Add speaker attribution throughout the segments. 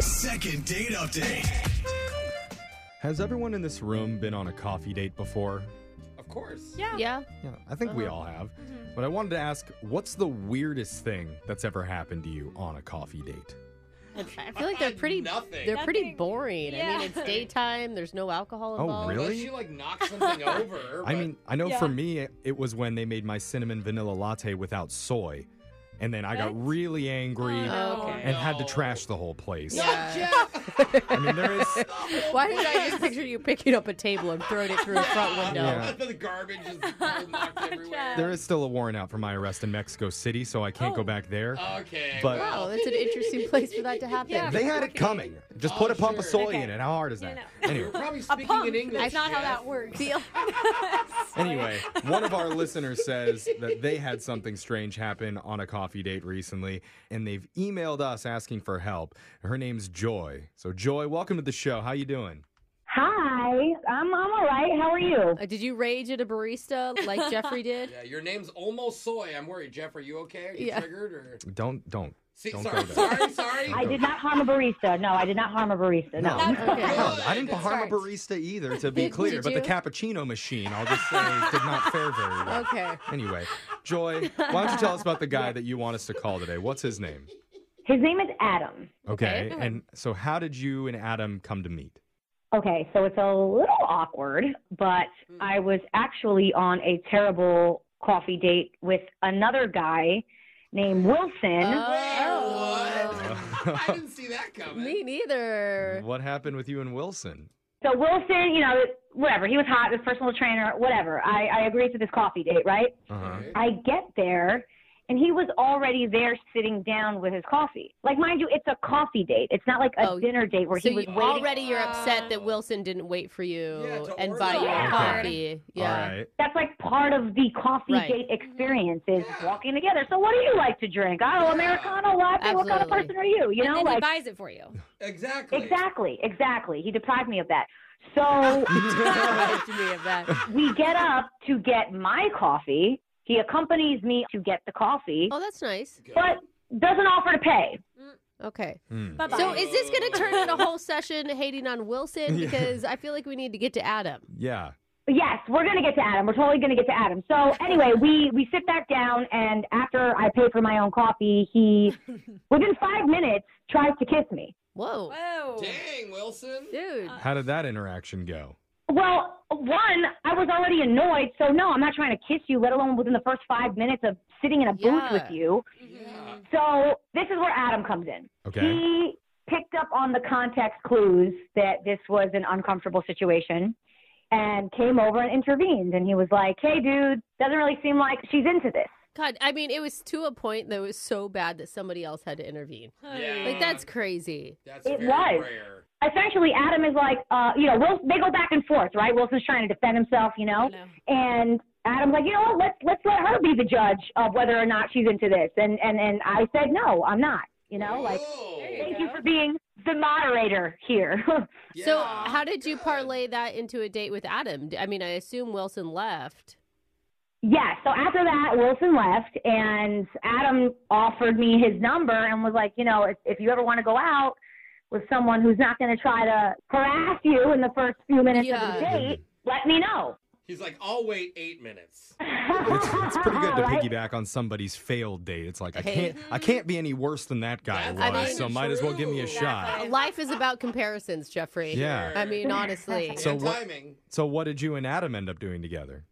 Speaker 1: Second date update.
Speaker 2: Has everyone in this room been on a coffee date before?
Speaker 3: Of course.
Speaker 4: Yeah.
Speaker 5: Yeah.
Speaker 2: Yeah, I think we all have. But I wanted to ask what's the weirdest thing that's ever happened to you on a coffee date?
Speaker 5: I feel like they're pretty
Speaker 3: Nothing.
Speaker 5: they're pretty
Speaker 4: Nothing.
Speaker 5: boring. I
Speaker 4: Yeah.
Speaker 5: mean, it's daytime, there's no alcohol
Speaker 2: Oh,
Speaker 5: involved.
Speaker 2: really?
Speaker 3: Unless you like knock something over.
Speaker 2: I
Speaker 3: but-
Speaker 2: mean, I know for
Speaker 4: Yeah.
Speaker 2: me, it was when they made my cinnamon vanilla latte without soy. And then I got
Speaker 4: What?
Speaker 2: really angry
Speaker 5: Oh, okay.
Speaker 2: and had to
Speaker 3: No.
Speaker 2: trash the whole place.
Speaker 3: No,
Speaker 5: Yeah.
Speaker 3: Jeff.
Speaker 2: I mean, there is.
Speaker 5: Why did I just picture you picking up a table and throwing it through a front window?
Speaker 2: Yeah.
Speaker 3: the garbage is knocked everywhere.
Speaker 2: There is still a warrant out for my arrest in Mexico City, so I can't go back there.
Speaker 3: Okay.
Speaker 2: But-
Speaker 5: Wow, Oh, that's an interesting place for that to happen.
Speaker 4: Yeah.
Speaker 2: they had it coming. Just put
Speaker 3: Oh,
Speaker 2: a pump of soy
Speaker 3: sure.
Speaker 4: Okay.
Speaker 2: in it. How hard is that?
Speaker 4: know.
Speaker 2: Anyway,
Speaker 3: We're probably
Speaker 4: A
Speaker 3: speaking
Speaker 4: pump.
Speaker 3: in English.
Speaker 4: That's not how
Speaker 3: Jeff.
Speaker 4: that works.
Speaker 5: The-
Speaker 2: Anyway, one of our listeners says that they had something strange happen on a coffee date recently, and they've emailed us asking for help. Her name's Joy. So, Joy, welcome to the show. How you doing?
Speaker 6: Hi, I'm I'm all right. How are you?
Speaker 5: Uh, did you rage at a barista like Jeffrey did?
Speaker 3: Yeah, your name's almost soy. I'm worried, Jeff. Are you okay? Are you
Speaker 5: Yeah.
Speaker 3: triggered or?
Speaker 2: Don't don't.
Speaker 3: See,
Speaker 2: Don't
Speaker 3: sorry,
Speaker 2: go there.
Speaker 3: sorry, sorry,
Speaker 6: I did not harm a barista. No, I did not harm a barista. No.
Speaker 5: Okay.
Speaker 2: No, I didn't
Speaker 3: Good
Speaker 2: harm a
Speaker 5: start.
Speaker 2: barista either, to be
Speaker 5: Did-
Speaker 2: clear.
Speaker 5: did
Speaker 2: But the
Speaker 5: you?
Speaker 2: cappuccino machine, I'll just say, did not fare very well.
Speaker 5: Okay.
Speaker 2: Anyway, Joy, why don't you tell us about the guy that you want us to call today? What's his name?
Speaker 6: His name is Adam.
Speaker 2: Okay.
Speaker 5: Okay.
Speaker 2: And so, how did you and Adam come to meet?
Speaker 6: Okay, so it's a little awkward, but I was actually on a terrible coffee date with another guy named Wilson.
Speaker 3: Uh.
Speaker 5: Oh.
Speaker 3: I didn't see that coming.
Speaker 5: Me neither.
Speaker 2: What happened with you and Wilson?
Speaker 6: So Wilson, you know, whatever. He was hot. His personal trainer, whatever. I I agreed to this coffee date, right?
Speaker 2: Uh-huh.
Speaker 3: Okay.
Speaker 6: I get there and he was already there sitting down with his coffee. Like mind you, it's a coffee date. It's not like a
Speaker 5: Oh,
Speaker 6: dinner date where
Speaker 5: So
Speaker 6: he was
Speaker 5: you,
Speaker 6: waiting.
Speaker 5: already you're upset that Wilson didn't wait for you
Speaker 3: Yeah, to
Speaker 5: and
Speaker 3: order.
Speaker 5: buy you
Speaker 6: Yeah.
Speaker 5: a coffee. Yeah.
Speaker 2: All right.
Speaker 6: That's like part of the coffee
Speaker 5: Right.
Speaker 6: date experience is
Speaker 3: Yeah.
Speaker 6: walking together. So what do you like to drink? Oh,
Speaker 3: Yeah.
Speaker 6: Americano latte. What kind of
Speaker 5: Absolutely.
Speaker 6: person are you? You
Speaker 4: and
Speaker 6: know,
Speaker 4: then he
Speaker 6: like
Speaker 4: buys it for you.
Speaker 3: Exactly.
Speaker 6: exactly, exactly. He deprived me of that. So
Speaker 5: Reminded me of that.
Speaker 6: we get up to get my coffee. He accompanies me to get the coffee,
Speaker 5: Oh, that's nice.
Speaker 3: Good.
Speaker 6: but doesn't offer to pay.
Speaker 5: Okay.
Speaker 2: Hmm.
Speaker 4: Bye-bye.
Speaker 5: So is this going to turn into a whole session hating on Wilson?
Speaker 2: Yeah.
Speaker 5: Because I feel like we need to get to Adam.
Speaker 2: Yeah.
Speaker 6: Yes, we're gonna get to Adam. We're totally gonna get to Adam. So anyway, we we sit back down, and after I pay for my own coffee, he within five minutes tries to kiss me.
Speaker 5: Whoa.
Speaker 4: Whoa.
Speaker 3: Dang, Wilson.
Speaker 5: Dude.
Speaker 2: How did that interaction go?
Speaker 6: Well, one, I was already annoyed, so no, I'm not trying to kiss you, let alone within the first five minutes of sitting in a booth
Speaker 5: Yeah.
Speaker 6: with you.
Speaker 3: Yeah.
Speaker 6: So this is where Adam comes in.
Speaker 2: Okay.
Speaker 6: He picked up on the context clues that this was an uncomfortable situation and came over and intervened. And he was like, hey, dude, doesn't really seem like she's into this.
Speaker 5: God, I mean, it was to a point that it was so bad that somebody else had to intervene.
Speaker 3: Yeah.
Speaker 5: Like, that's crazy.
Speaker 3: That's
Speaker 6: It
Speaker 3: very
Speaker 6: was.
Speaker 3: rare.
Speaker 6: Essentially, Adam is like, uh, you know, Wilson, they go back and forth, right? Wilson's trying to defend himself, you know? and Adam's like, you know what, let's let's let her be the judge of whether or not she's into this. And and and I said, no, I'm not. You know, like
Speaker 3: Whoa.
Speaker 4: There
Speaker 6: thank
Speaker 4: go.
Speaker 6: you for being the moderator here.
Speaker 5: So,
Speaker 3: Yeah.
Speaker 5: how did you
Speaker 3: Good.
Speaker 5: parlay that into a date with Adam? D- I mean, I assume Wilson left.
Speaker 6: yeah. So after that, Wilson left, and Adam offered me his number and was like, you know, if if you ever want to go out with someone who's not going to try to harass you in the first few minutes of the
Speaker 5: Yeah.
Speaker 6: date, let me know.
Speaker 3: He's like, I'll wait eight minutes.
Speaker 2: It's, it's pretty good to
Speaker 6: Right?
Speaker 2: piggyback on somebody's failed date. It's like I
Speaker 5: Hey.
Speaker 2: can't I can't be any worse than that guy
Speaker 3: That's
Speaker 2: was,
Speaker 5: I mean-
Speaker 2: so might as well give me a
Speaker 3: true.
Speaker 2: shot.
Speaker 5: Life is about comparisons, Jeffrey.
Speaker 2: Yeah.
Speaker 5: I mean, honestly.
Speaker 2: So
Speaker 3: and
Speaker 2: what-
Speaker 3: timing.
Speaker 2: So what did you and Adam end up doing together?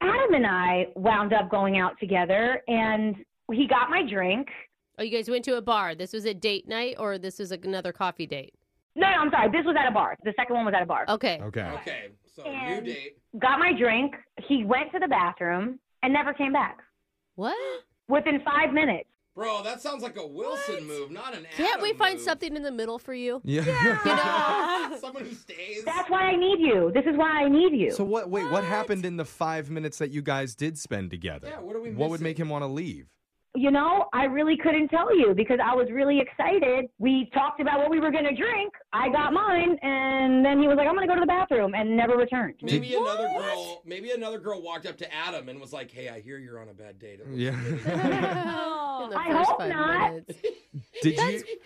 Speaker 6: Adam and I wound up going out together, and he got my drink.
Speaker 5: Oh, you guys went to a bar. This was a date night, or this was like another coffee date?
Speaker 6: No, no, I'm sorry. This was at a bar. The second one was at a bar.
Speaker 5: Okay.
Speaker 2: Okay.
Speaker 3: Okay, so
Speaker 6: And-
Speaker 3: new date.
Speaker 6: Got my drink. He went to the bathroom and never came back
Speaker 5: What?
Speaker 6: within five minutes.
Speaker 3: Bro, that sounds like a Wilson move, not an
Speaker 5: Can't
Speaker 3: Adam
Speaker 5: we find
Speaker 3: move.
Speaker 5: something in the middle for you?
Speaker 2: Yeah.
Speaker 5: You know?
Speaker 3: Someone who stays.
Speaker 6: That's why I need you. This is why I need you.
Speaker 2: so what wait, what happened in the five minutes that you guys did spend together?
Speaker 3: Yeah, what are we
Speaker 2: What would
Speaker 3: missing?
Speaker 2: make him want to leave?
Speaker 6: you know, I really couldn't tell you because I was really excited. We talked about what we were going to drink. I got mine, and then he was like, I'm going to go to the bathroom and never returned.
Speaker 3: Maybe another girl. Maybe another girl walked up to Adam and was like, "Hey, I hear you're on a bad date." It looks
Speaker 2: Yeah.
Speaker 3: really bad."
Speaker 4: Oh.
Speaker 5: In the
Speaker 6: I
Speaker 5: first
Speaker 6: hope
Speaker 5: five
Speaker 6: not.
Speaker 5: minutes.
Speaker 2: Did
Speaker 5: That's
Speaker 2: you?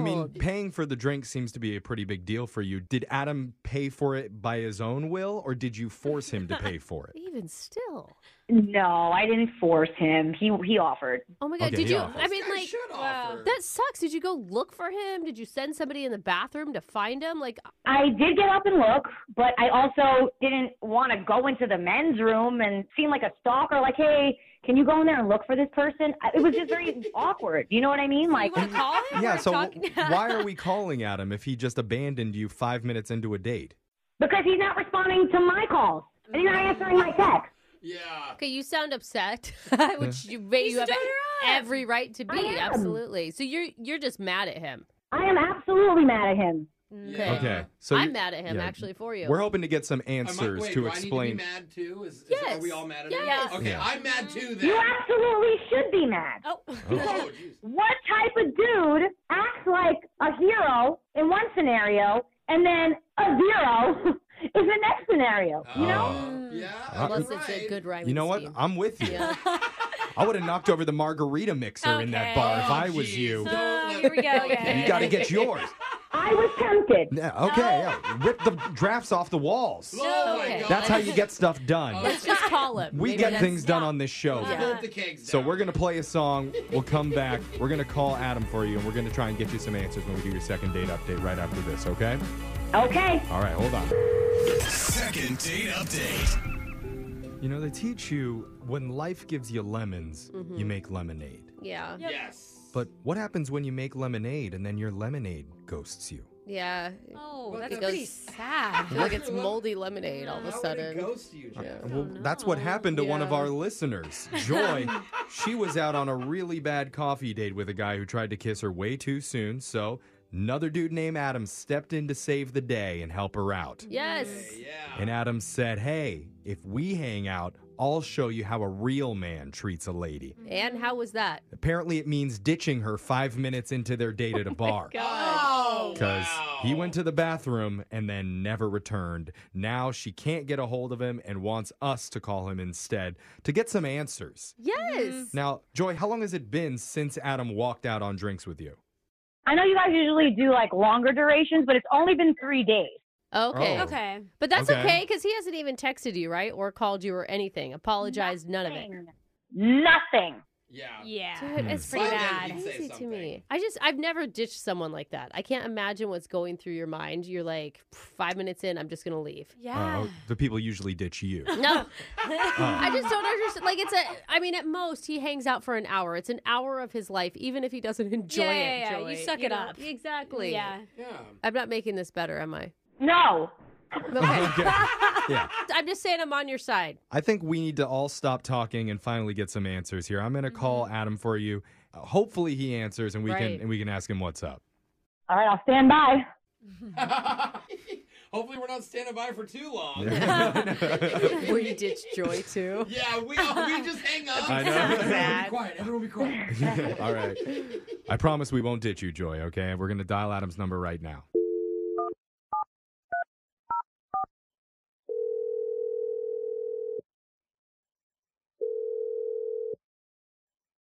Speaker 2: I mean, paying for the drink seems to be a pretty big deal for you. Did Adam pay for it by his own will, or did you force him to pay for it?
Speaker 5: even still.
Speaker 6: No, I didn't force him. He he offered.
Speaker 5: Oh my god,
Speaker 2: Okay,
Speaker 5: did
Speaker 2: he
Speaker 5: you?
Speaker 2: offers.
Speaker 5: I mean,
Speaker 3: Guy
Speaker 5: like
Speaker 3: should
Speaker 4: wow.
Speaker 3: offer.
Speaker 5: that sucks. Did you go look for him? Did you send somebody in the bathroom to find him? Like,
Speaker 6: I did get up and look, but I also didn't want to go into the men's room and seem like a stalker. Like, hey, can you go in there and look for this person? I- It was just very awkward. You know what I mean? Like,
Speaker 4: you want to call him?
Speaker 2: Yeah.
Speaker 4: or
Speaker 2: So
Speaker 4: talk-
Speaker 2: why are we calling Adam if he just abandoned you five minutes into a date?
Speaker 6: because he's not responding to my calls and he's not answering my texts.
Speaker 3: Yeah.
Speaker 5: okay, you sound upset, which you you have
Speaker 4: stirred her up.
Speaker 5: every right to
Speaker 6: I
Speaker 5: be.
Speaker 6: am.
Speaker 5: Absolutely. So you're you're just mad at him.
Speaker 6: I am absolutely mad at him.
Speaker 5: Okay.
Speaker 3: Yeah.
Speaker 2: Okay. So
Speaker 5: I'm
Speaker 2: you-
Speaker 5: mad at him
Speaker 2: yeah,
Speaker 5: actually for you.
Speaker 2: We're hoping to get some
Speaker 3: I'm like,
Speaker 2: answers
Speaker 3: wait,
Speaker 2: to
Speaker 3: do I need
Speaker 2: explain.
Speaker 3: to be mad too? Is, is
Speaker 5: Yes.
Speaker 3: are we all mad at
Speaker 5: Yes.
Speaker 3: him? Okay,
Speaker 2: Yeah.
Speaker 3: I'm mad too then.
Speaker 6: Mm. You absolutely should be mad.
Speaker 4: Oh,
Speaker 3: oh, jeez.
Speaker 6: What type of dude acts like a hero in one scenario and then a zero in the next scenario? You know?
Speaker 3: Oh,
Speaker 2: Uh,
Speaker 3: yeah.
Speaker 5: Unless
Speaker 3: you're
Speaker 5: it's
Speaker 3: right.
Speaker 5: a good rhyming.
Speaker 2: You know what?
Speaker 5: scheme.
Speaker 2: I'm with you.
Speaker 5: Yeah.
Speaker 2: I would have knocked over the margarita mixer in that
Speaker 4: Okay.
Speaker 2: bar if
Speaker 3: Oh,
Speaker 2: I was
Speaker 3: jeez.
Speaker 2: you.
Speaker 3: Don't
Speaker 4: Oh,
Speaker 3: let
Speaker 4: here we
Speaker 3: me
Speaker 4: go again.
Speaker 2: You got to get yours.
Speaker 6: I was tempted.
Speaker 2: Yeah, okay, yeah. rip the drafts off the walls.
Speaker 3: Oh my
Speaker 4: Okay.
Speaker 3: God.
Speaker 2: That's how you get stuff done.
Speaker 5: Let's just call him.
Speaker 2: We
Speaker 5: Maybe
Speaker 2: get
Speaker 5: that's-
Speaker 2: things done on this show.
Speaker 3: Let's build the kegs
Speaker 2: So
Speaker 3: down.
Speaker 2: we're gonna play a song. We'll come back. We're gonna call Adam for you, and we're gonna try and get you some answers when we do your second date update right after this. Okay?
Speaker 6: Okay.
Speaker 2: All right, hold on.
Speaker 1: Second date update.
Speaker 2: You know they teach you when life gives you lemons, you make lemonade.
Speaker 5: Yeah.
Speaker 3: Yes.
Speaker 2: But what happens when you make lemonade and then your lemonade ghosts you?
Speaker 5: Yeah.
Speaker 4: oh that's
Speaker 3: Because-
Speaker 4: pretty sad.
Speaker 5: I feel like it's moldy lemonade all of a
Speaker 3: How would it
Speaker 5: sudden.
Speaker 3: ghost you, Jeff?
Speaker 2: Well, that's what happened to one of
Speaker 5: Yeah.
Speaker 2: our listeners, Joy. she was out on a really bad coffee date with a guy who tried to kiss her way too soon. So another dude named Adam stepped in to save the day and help her out.
Speaker 5: Yes.
Speaker 3: Yeah.
Speaker 2: And Adam said, "Hey, if we hang out, I'll show you how a real man treats a lady."
Speaker 5: And how was that?
Speaker 2: Apparently, it means ditching her five minutes into their date at a bar.
Speaker 3: Oh,
Speaker 2: Because
Speaker 3: wow.
Speaker 2: he went to the bathroom and then never returned. Now she can't get a hold of him and wants us to call him instead to get some answers.
Speaker 5: Yes.
Speaker 2: Now, Joy, how long has it been since Adam walked out on drinks with you?
Speaker 6: I know you guys usually do like longer durations, but it's only been three days.
Speaker 5: Okay.
Speaker 2: Oh.
Speaker 4: Okay.
Speaker 5: But that's
Speaker 2: Okay.
Speaker 5: okay because he hasn't even texted you, right? Or called you or anything. Apologized, none of it.
Speaker 6: Nothing.
Speaker 3: Yeah.
Speaker 4: Yeah.
Speaker 5: Dude, it's
Speaker 4: Hmm. Pretty
Speaker 5: so
Speaker 4: bad.
Speaker 3: He'd say
Speaker 5: crazy to
Speaker 3: something.
Speaker 5: me. I just, I've never ditched someone like that. I can't imagine what's going through your mind. You're like, five minutes in, I'm just going to leave.
Speaker 4: Yeah.
Speaker 2: Uh, the people usually ditch you. Oh.
Speaker 5: No, I just don't understand. Like, it's a, I mean, at most, he hangs out for an hour. It's an hour of his life, even if he doesn't enjoy
Speaker 4: Yeah,
Speaker 5: it.
Speaker 4: yeah, yeah.
Speaker 5: Joey.
Speaker 4: You suck it up.
Speaker 5: Exactly.
Speaker 4: yeah.
Speaker 3: Yeah.
Speaker 5: I'm not making this better, am I?
Speaker 6: No.
Speaker 5: Okay.
Speaker 2: Okay. Yeah.
Speaker 5: I'm just saying I'm on your side.
Speaker 2: I think we need to all stop talking and finally get some answers here. I'm going to call Adam for you. Uh, hopefully he answers and we
Speaker 5: Mm-hmm. Right.
Speaker 2: can and we can ask him what's up.
Speaker 6: All right, I'll stand by.
Speaker 3: Hopefully, we're not standing by for too long.
Speaker 5: We ditched Joy too.
Speaker 3: Yeah, we all, we just hang up.
Speaker 2: I know.
Speaker 3: Everyone be quiet. Everyone be quiet.
Speaker 2: All right. I promise we won't ditch you, Joy, okay? We're going to dial Adam's number right now.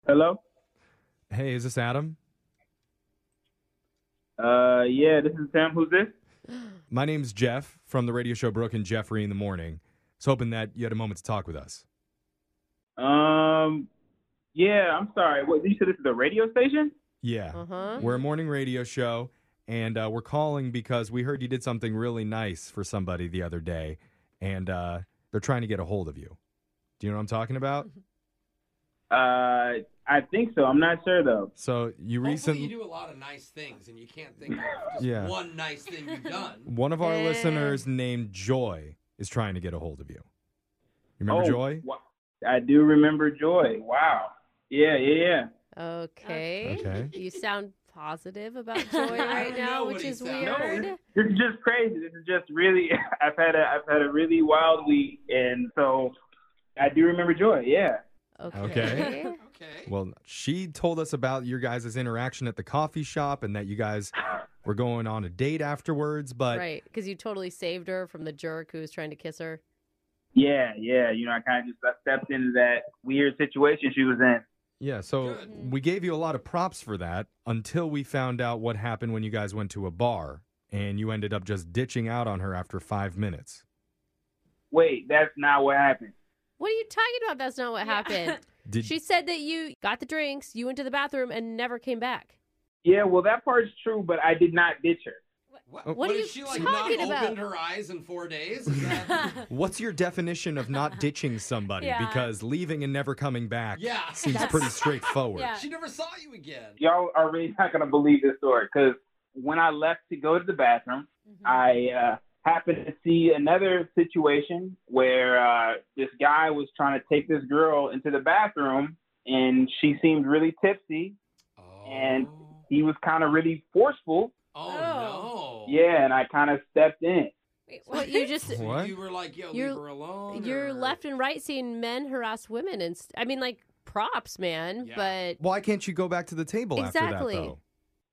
Speaker 7: Hello?
Speaker 2: Hey, is this Adam?
Speaker 7: Uh, yeah, this is Sam. Who's this?
Speaker 2: My name's Jeff from the radio show Brooke and Jeffrey in the Morning. I was hoping that you had a moment to talk with us.
Speaker 7: Um, yeah, I'm sorry. What, you said this is a radio station?
Speaker 2: Yeah.
Speaker 5: Uh huh.
Speaker 2: We're a morning radio show, and uh, we're calling because we heard you did something really nice for somebody the other day, and uh, they're trying to get a hold of you. Do you know what I'm talking about?
Speaker 7: Uh, I think so. I'm not sure, though.
Speaker 2: So you
Speaker 3: Hopefully,
Speaker 2: recently.
Speaker 3: you do a lot of nice things, and you can't think of just
Speaker 2: Yeah.
Speaker 3: one nice thing you've done.
Speaker 2: One of our
Speaker 5: Eh.
Speaker 2: listeners named Joy is trying to get a hold of you. You remember
Speaker 7: oh,
Speaker 2: Joy?
Speaker 7: wha- I do remember Joy. Wow. Yeah, yeah, yeah.
Speaker 5: Okay.
Speaker 2: Okay.
Speaker 5: You sound positive about Joy
Speaker 4: don't
Speaker 5: right now,
Speaker 3: know
Speaker 5: which
Speaker 3: what he
Speaker 5: is
Speaker 3: sounds
Speaker 5: weird.
Speaker 7: This is just crazy. This is just really. I've had a I've had a really wild week, and so I do remember Joy. Yeah.
Speaker 5: Okay.
Speaker 2: Okay.
Speaker 3: Okay.
Speaker 2: Well, she told us about your guys' interaction at the coffee shop and that you guys were going on a date afterwards, but
Speaker 5: Right, because you totally saved her from the jerk who was trying to kiss her.
Speaker 7: Yeah, yeah. You know, I kind of just I stepped into that weird situation she was in.
Speaker 2: Yeah, so we gave you a lot of props for that until we found out what happened when you guys went to a bar and you ended up just ditching out on her after five minutes.
Speaker 7: Wait, that's not what happened.
Speaker 5: What are you talking about? That's not what happened.
Speaker 2: Did
Speaker 5: she said that you got the drinks, you went to the bathroom, and never came back.
Speaker 7: Yeah, well, that part's true, but I did not ditch her.
Speaker 2: Oh.
Speaker 3: What,
Speaker 5: What are
Speaker 3: has she
Speaker 5: you
Speaker 3: like
Speaker 5: talking
Speaker 3: not
Speaker 5: about?
Speaker 3: opened her eyes in four days? Is that-
Speaker 2: What's your definition of not ditching somebody?
Speaker 4: Yeah.
Speaker 2: Because leaving and never coming back
Speaker 3: Yeah.
Speaker 2: seems pretty straightforward.
Speaker 4: Yeah.
Speaker 3: she never saw you again.
Speaker 7: Y'all are really not going to believe this story because when I left to go to the bathroom, I uh, happened to see another situation where uh, this guy was trying to take this girl into the bathroom, and she seemed really tipsy.
Speaker 3: Oh.
Speaker 7: And- He was kind of really forceful.
Speaker 3: oh, no.
Speaker 7: Yeah, and I kind of stepped in.
Speaker 4: Wait,
Speaker 5: What you just
Speaker 3: So
Speaker 2: What?
Speaker 3: You were like, yo,
Speaker 5: You're-
Speaker 3: leave her alone.
Speaker 5: you're
Speaker 3: or-
Speaker 5: left and right seeing men harass women, and st- I mean, like props, man.
Speaker 3: Yeah.
Speaker 5: But
Speaker 2: Why can't you go back to the table
Speaker 5: Exactly.
Speaker 2: after that, though?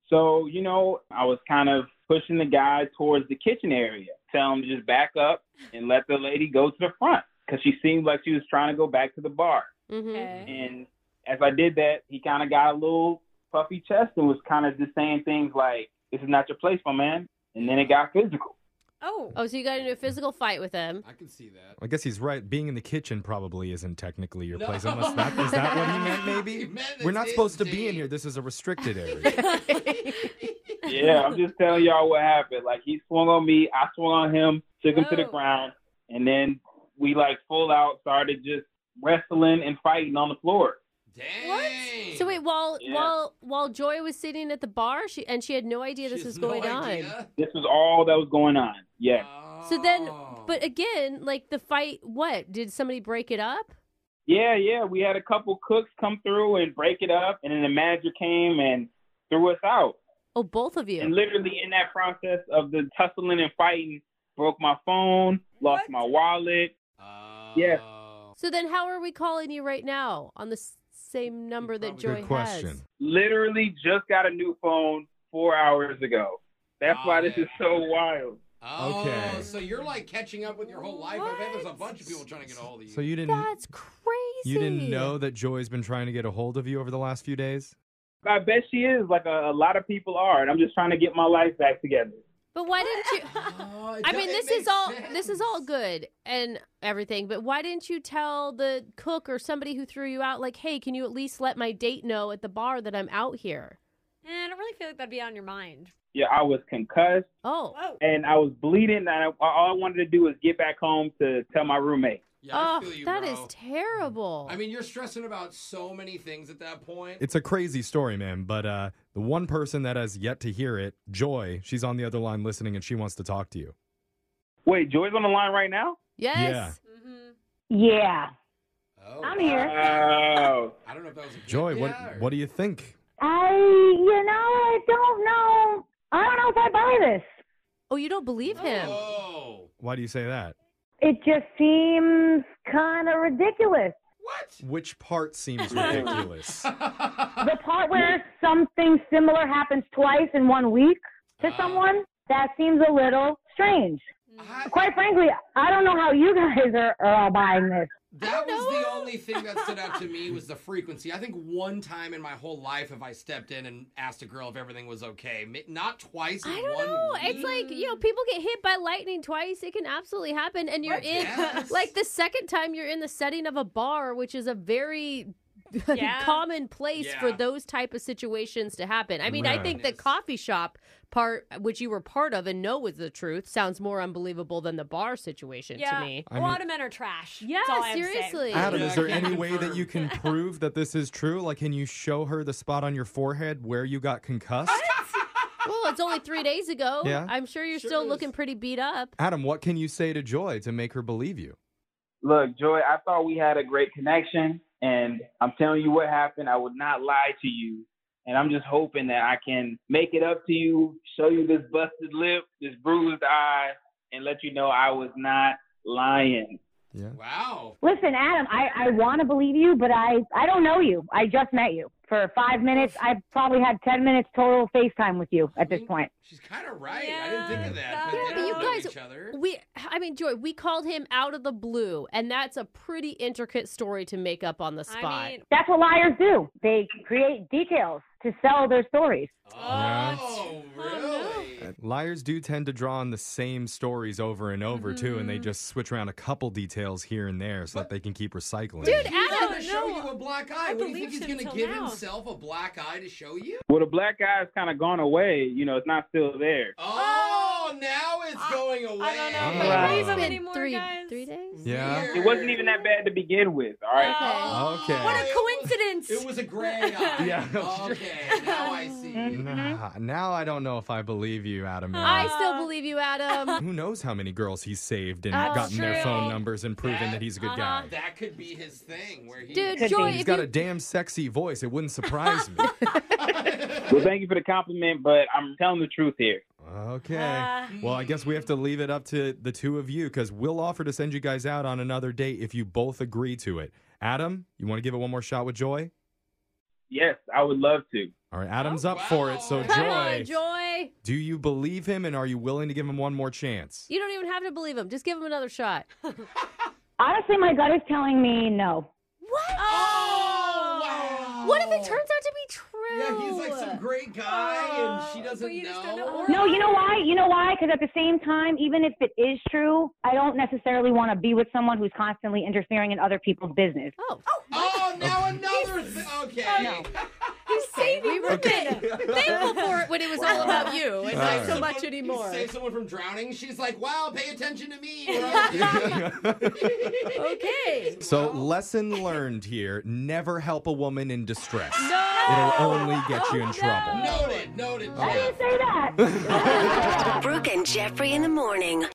Speaker 7: So, you know, I was kind of pushing the guy towards the kitchen area, tell him to just back up and let the lady go to the front because she seemed like she was trying to go back to the bar.
Speaker 5: Mhm.
Speaker 4: Okay.
Speaker 7: And as I did that, he kind of got a little puffy chest and was kind of just saying things like, this is not your place, my man. And then it got physical.
Speaker 4: Oh.
Speaker 5: oh, so you got into a physical fight with him?
Speaker 3: I can see that.
Speaker 2: I guess he's right. Being in the kitchen probably isn't technically your
Speaker 3: No.
Speaker 2: place, unless that is that what he meant. Maybe
Speaker 3: He meant
Speaker 2: we're
Speaker 3: it's
Speaker 2: not
Speaker 3: his
Speaker 2: supposed to be in
Speaker 3: date.
Speaker 2: here. This is a restricted area.
Speaker 7: Yeah, I'm just telling y'all what happened. Like, he swung on me, I swung on him, took him to the
Speaker 4: Oh.
Speaker 7: ground, and then we, like, full out started just wrestling and fighting on the floor.
Speaker 3: Dang.
Speaker 5: So wait, while
Speaker 7: Yeah.
Speaker 5: while while Joy was sitting at the bar, she and she had no idea
Speaker 3: She
Speaker 5: this
Speaker 3: has
Speaker 5: was
Speaker 3: no
Speaker 5: going on.
Speaker 3: idea?
Speaker 7: This was all that was going on. Yes.
Speaker 5: So then,
Speaker 3: Oh.
Speaker 5: but again, like the fight, what did somebody break it up?
Speaker 7: Yeah, yeah. We had a couple cooks come through and break it up, and then the manager came and threw us out.
Speaker 5: Oh, both of
Speaker 7: And
Speaker 5: you.
Speaker 7: literally in that process of the tussling and fighting, broke my phone, lost
Speaker 4: What?
Speaker 7: my wallet.
Speaker 3: Oh.
Speaker 7: Yeah.
Speaker 5: So then, how are we calling you right now on the s- same number that
Speaker 3: probably-
Speaker 5: Joy
Speaker 2: Good question.
Speaker 7: Literally just got a new phone four hours ago. That's why this is so wild.
Speaker 3: Oh,
Speaker 2: Okay.
Speaker 3: so you're like catching up with your whole life. I bet there's a bunch of people trying to get a hold of you.
Speaker 2: So you
Speaker 5: has?
Speaker 2: didn't
Speaker 5: That's crazy.
Speaker 2: you didn't know that Joy's been trying to get a hold of you over the last few days?
Speaker 7: I bet she is, like a, a lot of people are, and I'm just trying to get my life back together.
Speaker 5: But why didn't you?
Speaker 3: Oh, it
Speaker 5: I
Speaker 3: do-
Speaker 5: mean,
Speaker 3: it
Speaker 5: this is
Speaker 3: makes
Speaker 5: all this is all
Speaker 3: sense.
Speaker 5: good and everything, but why didn't you tell the cook or somebody who threw you out, like, hey, can you at least let my date know at the bar that I'm out here?
Speaker 4: Eh, I don't really feel like that'd be on your mind.
Speaker 7: Yeah, I was concussed
Speaker 5: Oh,
Speaker 4: Whoa.
Speaker 7: and I was bleeding, and I, all I wanted to do was get back home to tell my roommate.
Speaker 3: Yeah, I
Speaker 5: oh,
Speaker 3: feel you,
Speaker 5: that
Speaker 3: bro.
Speaker 5: is terrible.
Speaker 3: I mean, you're stressing about so many things at that point.
Speaker 2: It's a crazy story, man. But uh, the one person that has yet to hear it, Joy, she's on the other line listening, and she wants to talk to you.
Speaker 7: Wait, Joy's on the line right now?
Speaker 5: yes.
Speaker 2: Yeah.
Speaker 4: Mm-hmm.
Speaker 6: Yeah.
Speaker 3: oh,
Speaker 6: I'm here.
Speaker 7: Wow.
Speaker 3: I don't know if that was a good
Speaker 2: Joy,
Speaker 3: yeah,
Speaker 2: what
Speaker 3: or-
Speaker 2: what do you think?
Speaker 6: I, you know, I don't know. I don't know if I buy this.
Speaker 5: Oh, you don't believe him?
Speaker 3: Oh,
Speaker 2: Why do you say that?
Speaker 6: It just seems kind of ridiculous.
Speaker 3: what?
Speaker 2: Which part seems ridiculous?
Speaker 6: The part where something similar happens twice in one week to
Speaker 3: Ah.
Speaker 6: someone, that seems a little strange.
Speaker 4: Mm-hmm.
Speaker 3: I-
Speaker 6: Quite frankly, I don't know how you guys are, are all buying this.
Speaker 3: that was the only thing that stood out to me was the frequency. I think one time in my whole life have I stepped in and asked a girl if everything was okay. Mi- Not twice in
Speaker 5: I don't
Speaker 3: one
Speaker 5: know.
Speaker 3: week.
Speaker 5: It's like, you know, people get hit by lightning twice. It can absolutely happen. And you're
Speaker 3: I
Speaker 5: in,
Speaker 3: guess.
Speaker 5: like, the second time you're in the setting of a bar, which is a very
Speaker 4: Yeah.
Speaker 5: common place for
Speaker 3: Yeah.
Speaker 5: those type of situations to happen. I mean, I
Speaker 2: Right.
Speaker 5: think the
Speaker 3: Yes.
Speaker 5: coffee shop part, which you were part of and know was the truth, sounds more unbelievable than the bar situation
Speaker 4: Yeah.
Speaker 5: to me.
Speaker 2: I
Speaker 4: a
Speaker 2: mean-
Speaker 4: lot of men are trash.
Speaker 5: Yeah,
Speaker 4: That's all I have to say.
Speaker 5: seriously.
Speaker 2: Adam, is there
Speaker 3: Yeah, I
Speaker 2: any
Speaker 3: can
Speaker 2: way that
Speaker 3: confirm.
Speaker 2: you can prove that this is true? Like, can you show her the spot on your forehead where you got concussed?
Speaker 5: Well, it's only three days ago.
Speaker 2: Yeah.
Speaker 5: I'm sure you're
Speaker 3: Sure
Speaker 5: still
Speaker 3: is.
Speaker 5: looking pretty beat up.
Speaker 2: Adam, what can you say to Joy to make her believe you?
Speaker 7: Look, Joy, I thought we had a great connection, and I'm telling you what happened. I would not lie to you. And I'm just hoping that I can make it up to you, show you this busted lip, this bruised eye, and let you know I was not lying.
Speaker 2: Yeah.
Speaker 3: wow.
Speaker 6: Listen, Adam, I, I want to believe you, but I, I don't know you. I just met you. for five minutes. I probably had ten minutes total FaceTime with you at this point.
Speaker 3: She's kind of right. I didn't think of that.
Speaker 4: Yeah,
Speaker 3: but
Speaker 4: Yeah,
Speaker 3: they
Speaker 4: but
Speaker 3: don't
Speaker 4: you
Speaker 3: know
Speaker 5: guys-
Speaker 3: each other.
Speaker 5: We, I mean, Joy, we called him out of the blue, and that's a pretty intricate story to make up on the spot.
Speaker 4: I mean,
Speaker 6: That's what liars do. They create details to sell their stories.
Speaker 3: Oh, really?
Speaker 2: Liars do tend to draw on the same stories over and over too,
Speaker 5: Mm-hmm.
Speaker 2: and they just switch around a couple details here and there so that they can keep recycling.
Speaker 5: Dude,
Speaker 3: He's
Speaker 5: Adam,
Speaker 3: gonna show you a black eye.
Speaker 4: I
Speaker 3: what do you think
Speaker 4: believed
Speaker 3: he's
Speaker 4: him
Speaker 3: gonna
Speaker 4: till
Speaker 3: give
Speaker 4: now.
Speaker 3: himself a black eye to show you?
Speaker 7: Well, the black guy's kind of gone away. You know, it's not still there.
Speaker 3: Oh, now it's going away.
Speaker 4: I don't know.
Speaker 2: Wow.
Speaker 4: if I believe
Speaker 2: It's
Speaker 4: him
Speaker 2: been
Speaker 4: anymore,
Speaker 5: three,
Speaker 4: guys.
Speaker 5: three days.
Speaker 2: Yeah.
Speaker 7: It wasn't even that bad to begin with. All right.
Speaker 4: Oh,
Speaker 2: Okay.
Speaker 4: What
Speaker 3: It
Speaker 4: a
Speaker 3: was-
Speaker 4: coincidence.
Speaker 3: It was a gray eye.
Speaker 2: Yeah.
Speaker 3: Okay, now I see.
Speaker 2: Nah, now I don't know if I believe you, Adam. Aaron.
Speaker 5: I still believe you, Adam.
Speaker 2: Who knows how many girls he's saved and
Speaker 5: That's
Speaker 2: gotten their phone
Speaker 4: true.
Speaker 2: numbers and proven that,
Speaker 3: That-
Speaker 2: he's a good
Speaker 4: uh-huh.
Speaker 2: guy.
Speaker 3: That could be his thing where he
Speaker 5: Dude,
Speaker 6: Could
Speaker 5: Joy,
Speaker 6: be.
Speaker 2: He's
Speaker 5: if
Speaker 2: got
Speaker 5: you,
Speaker 2: a damn sexy voice. It wouldn't surprise me.
Speaker 7: Well, thank you for the compliment, but I'm telling the truth here.
Speaker 2: Okay.
Speaker 4: Uh.
Speaker 2: well, I guess we have to leave it up to the two of you because we'll offer to send you guys out on another date if you both agree to it. Adam, you want to give it one more shot with Joy?
Speaker 7: Yes, I would love to.
Speaker 2: All right, Adam's up
Speaker 3: wow.
Speaker 2: for it. So,
Speaker 5: Oh, come
Speaker 2: Joy,
Speaker 5: on, Joy.
Speaker 2: do you believe him and are you willing to give him one more chance?
Speaker 5: You don't even have to believe him. Just give him another shot.
Speaker 6: Honestly, my gut is telling me no.
Speaker 5: What?
Speaker 3: Oh, wow.
Speaker 5: What if it turns out to be true?
Speaker 3: Yeah, he's like some great guy and she
Speaker 4: Oh,
Speaker 3: doesn't
Speaker 4: but you
Speaker 3: know.
Speaker 4: just don't know.
Speaker 6: No, you know why? You know why? Because at the same time, even if it is true, I don't necessarily want to be with someone who's constantly interfering in other people's business.
Speaker 5: Oh,
Speaker 3: Oh, now another thing. Okay.
Speaker 5: he's saving we Thankful for it when it was all about you and
Speaker 2: All
Speaker 5: not so
Speaker 2: right.
Speaker 5: much
Speaker 3: Someone-
Speaker 5: anymore.
Speaker 3: You save someone from drowning. She's like, wow, pay attention to me. okay.
Speaker 2: So, lesson learned here never help a woman in distress.
Speaker 5: No.
Speaker 2: It'll only get you in trouble.
Speaker 3: Noted, noted.
Speaker 6: I
Speaker 3: Jeff.
Speaker 6: didn't say that.
Speaker 8: Brooke and Jeffrey in the morning.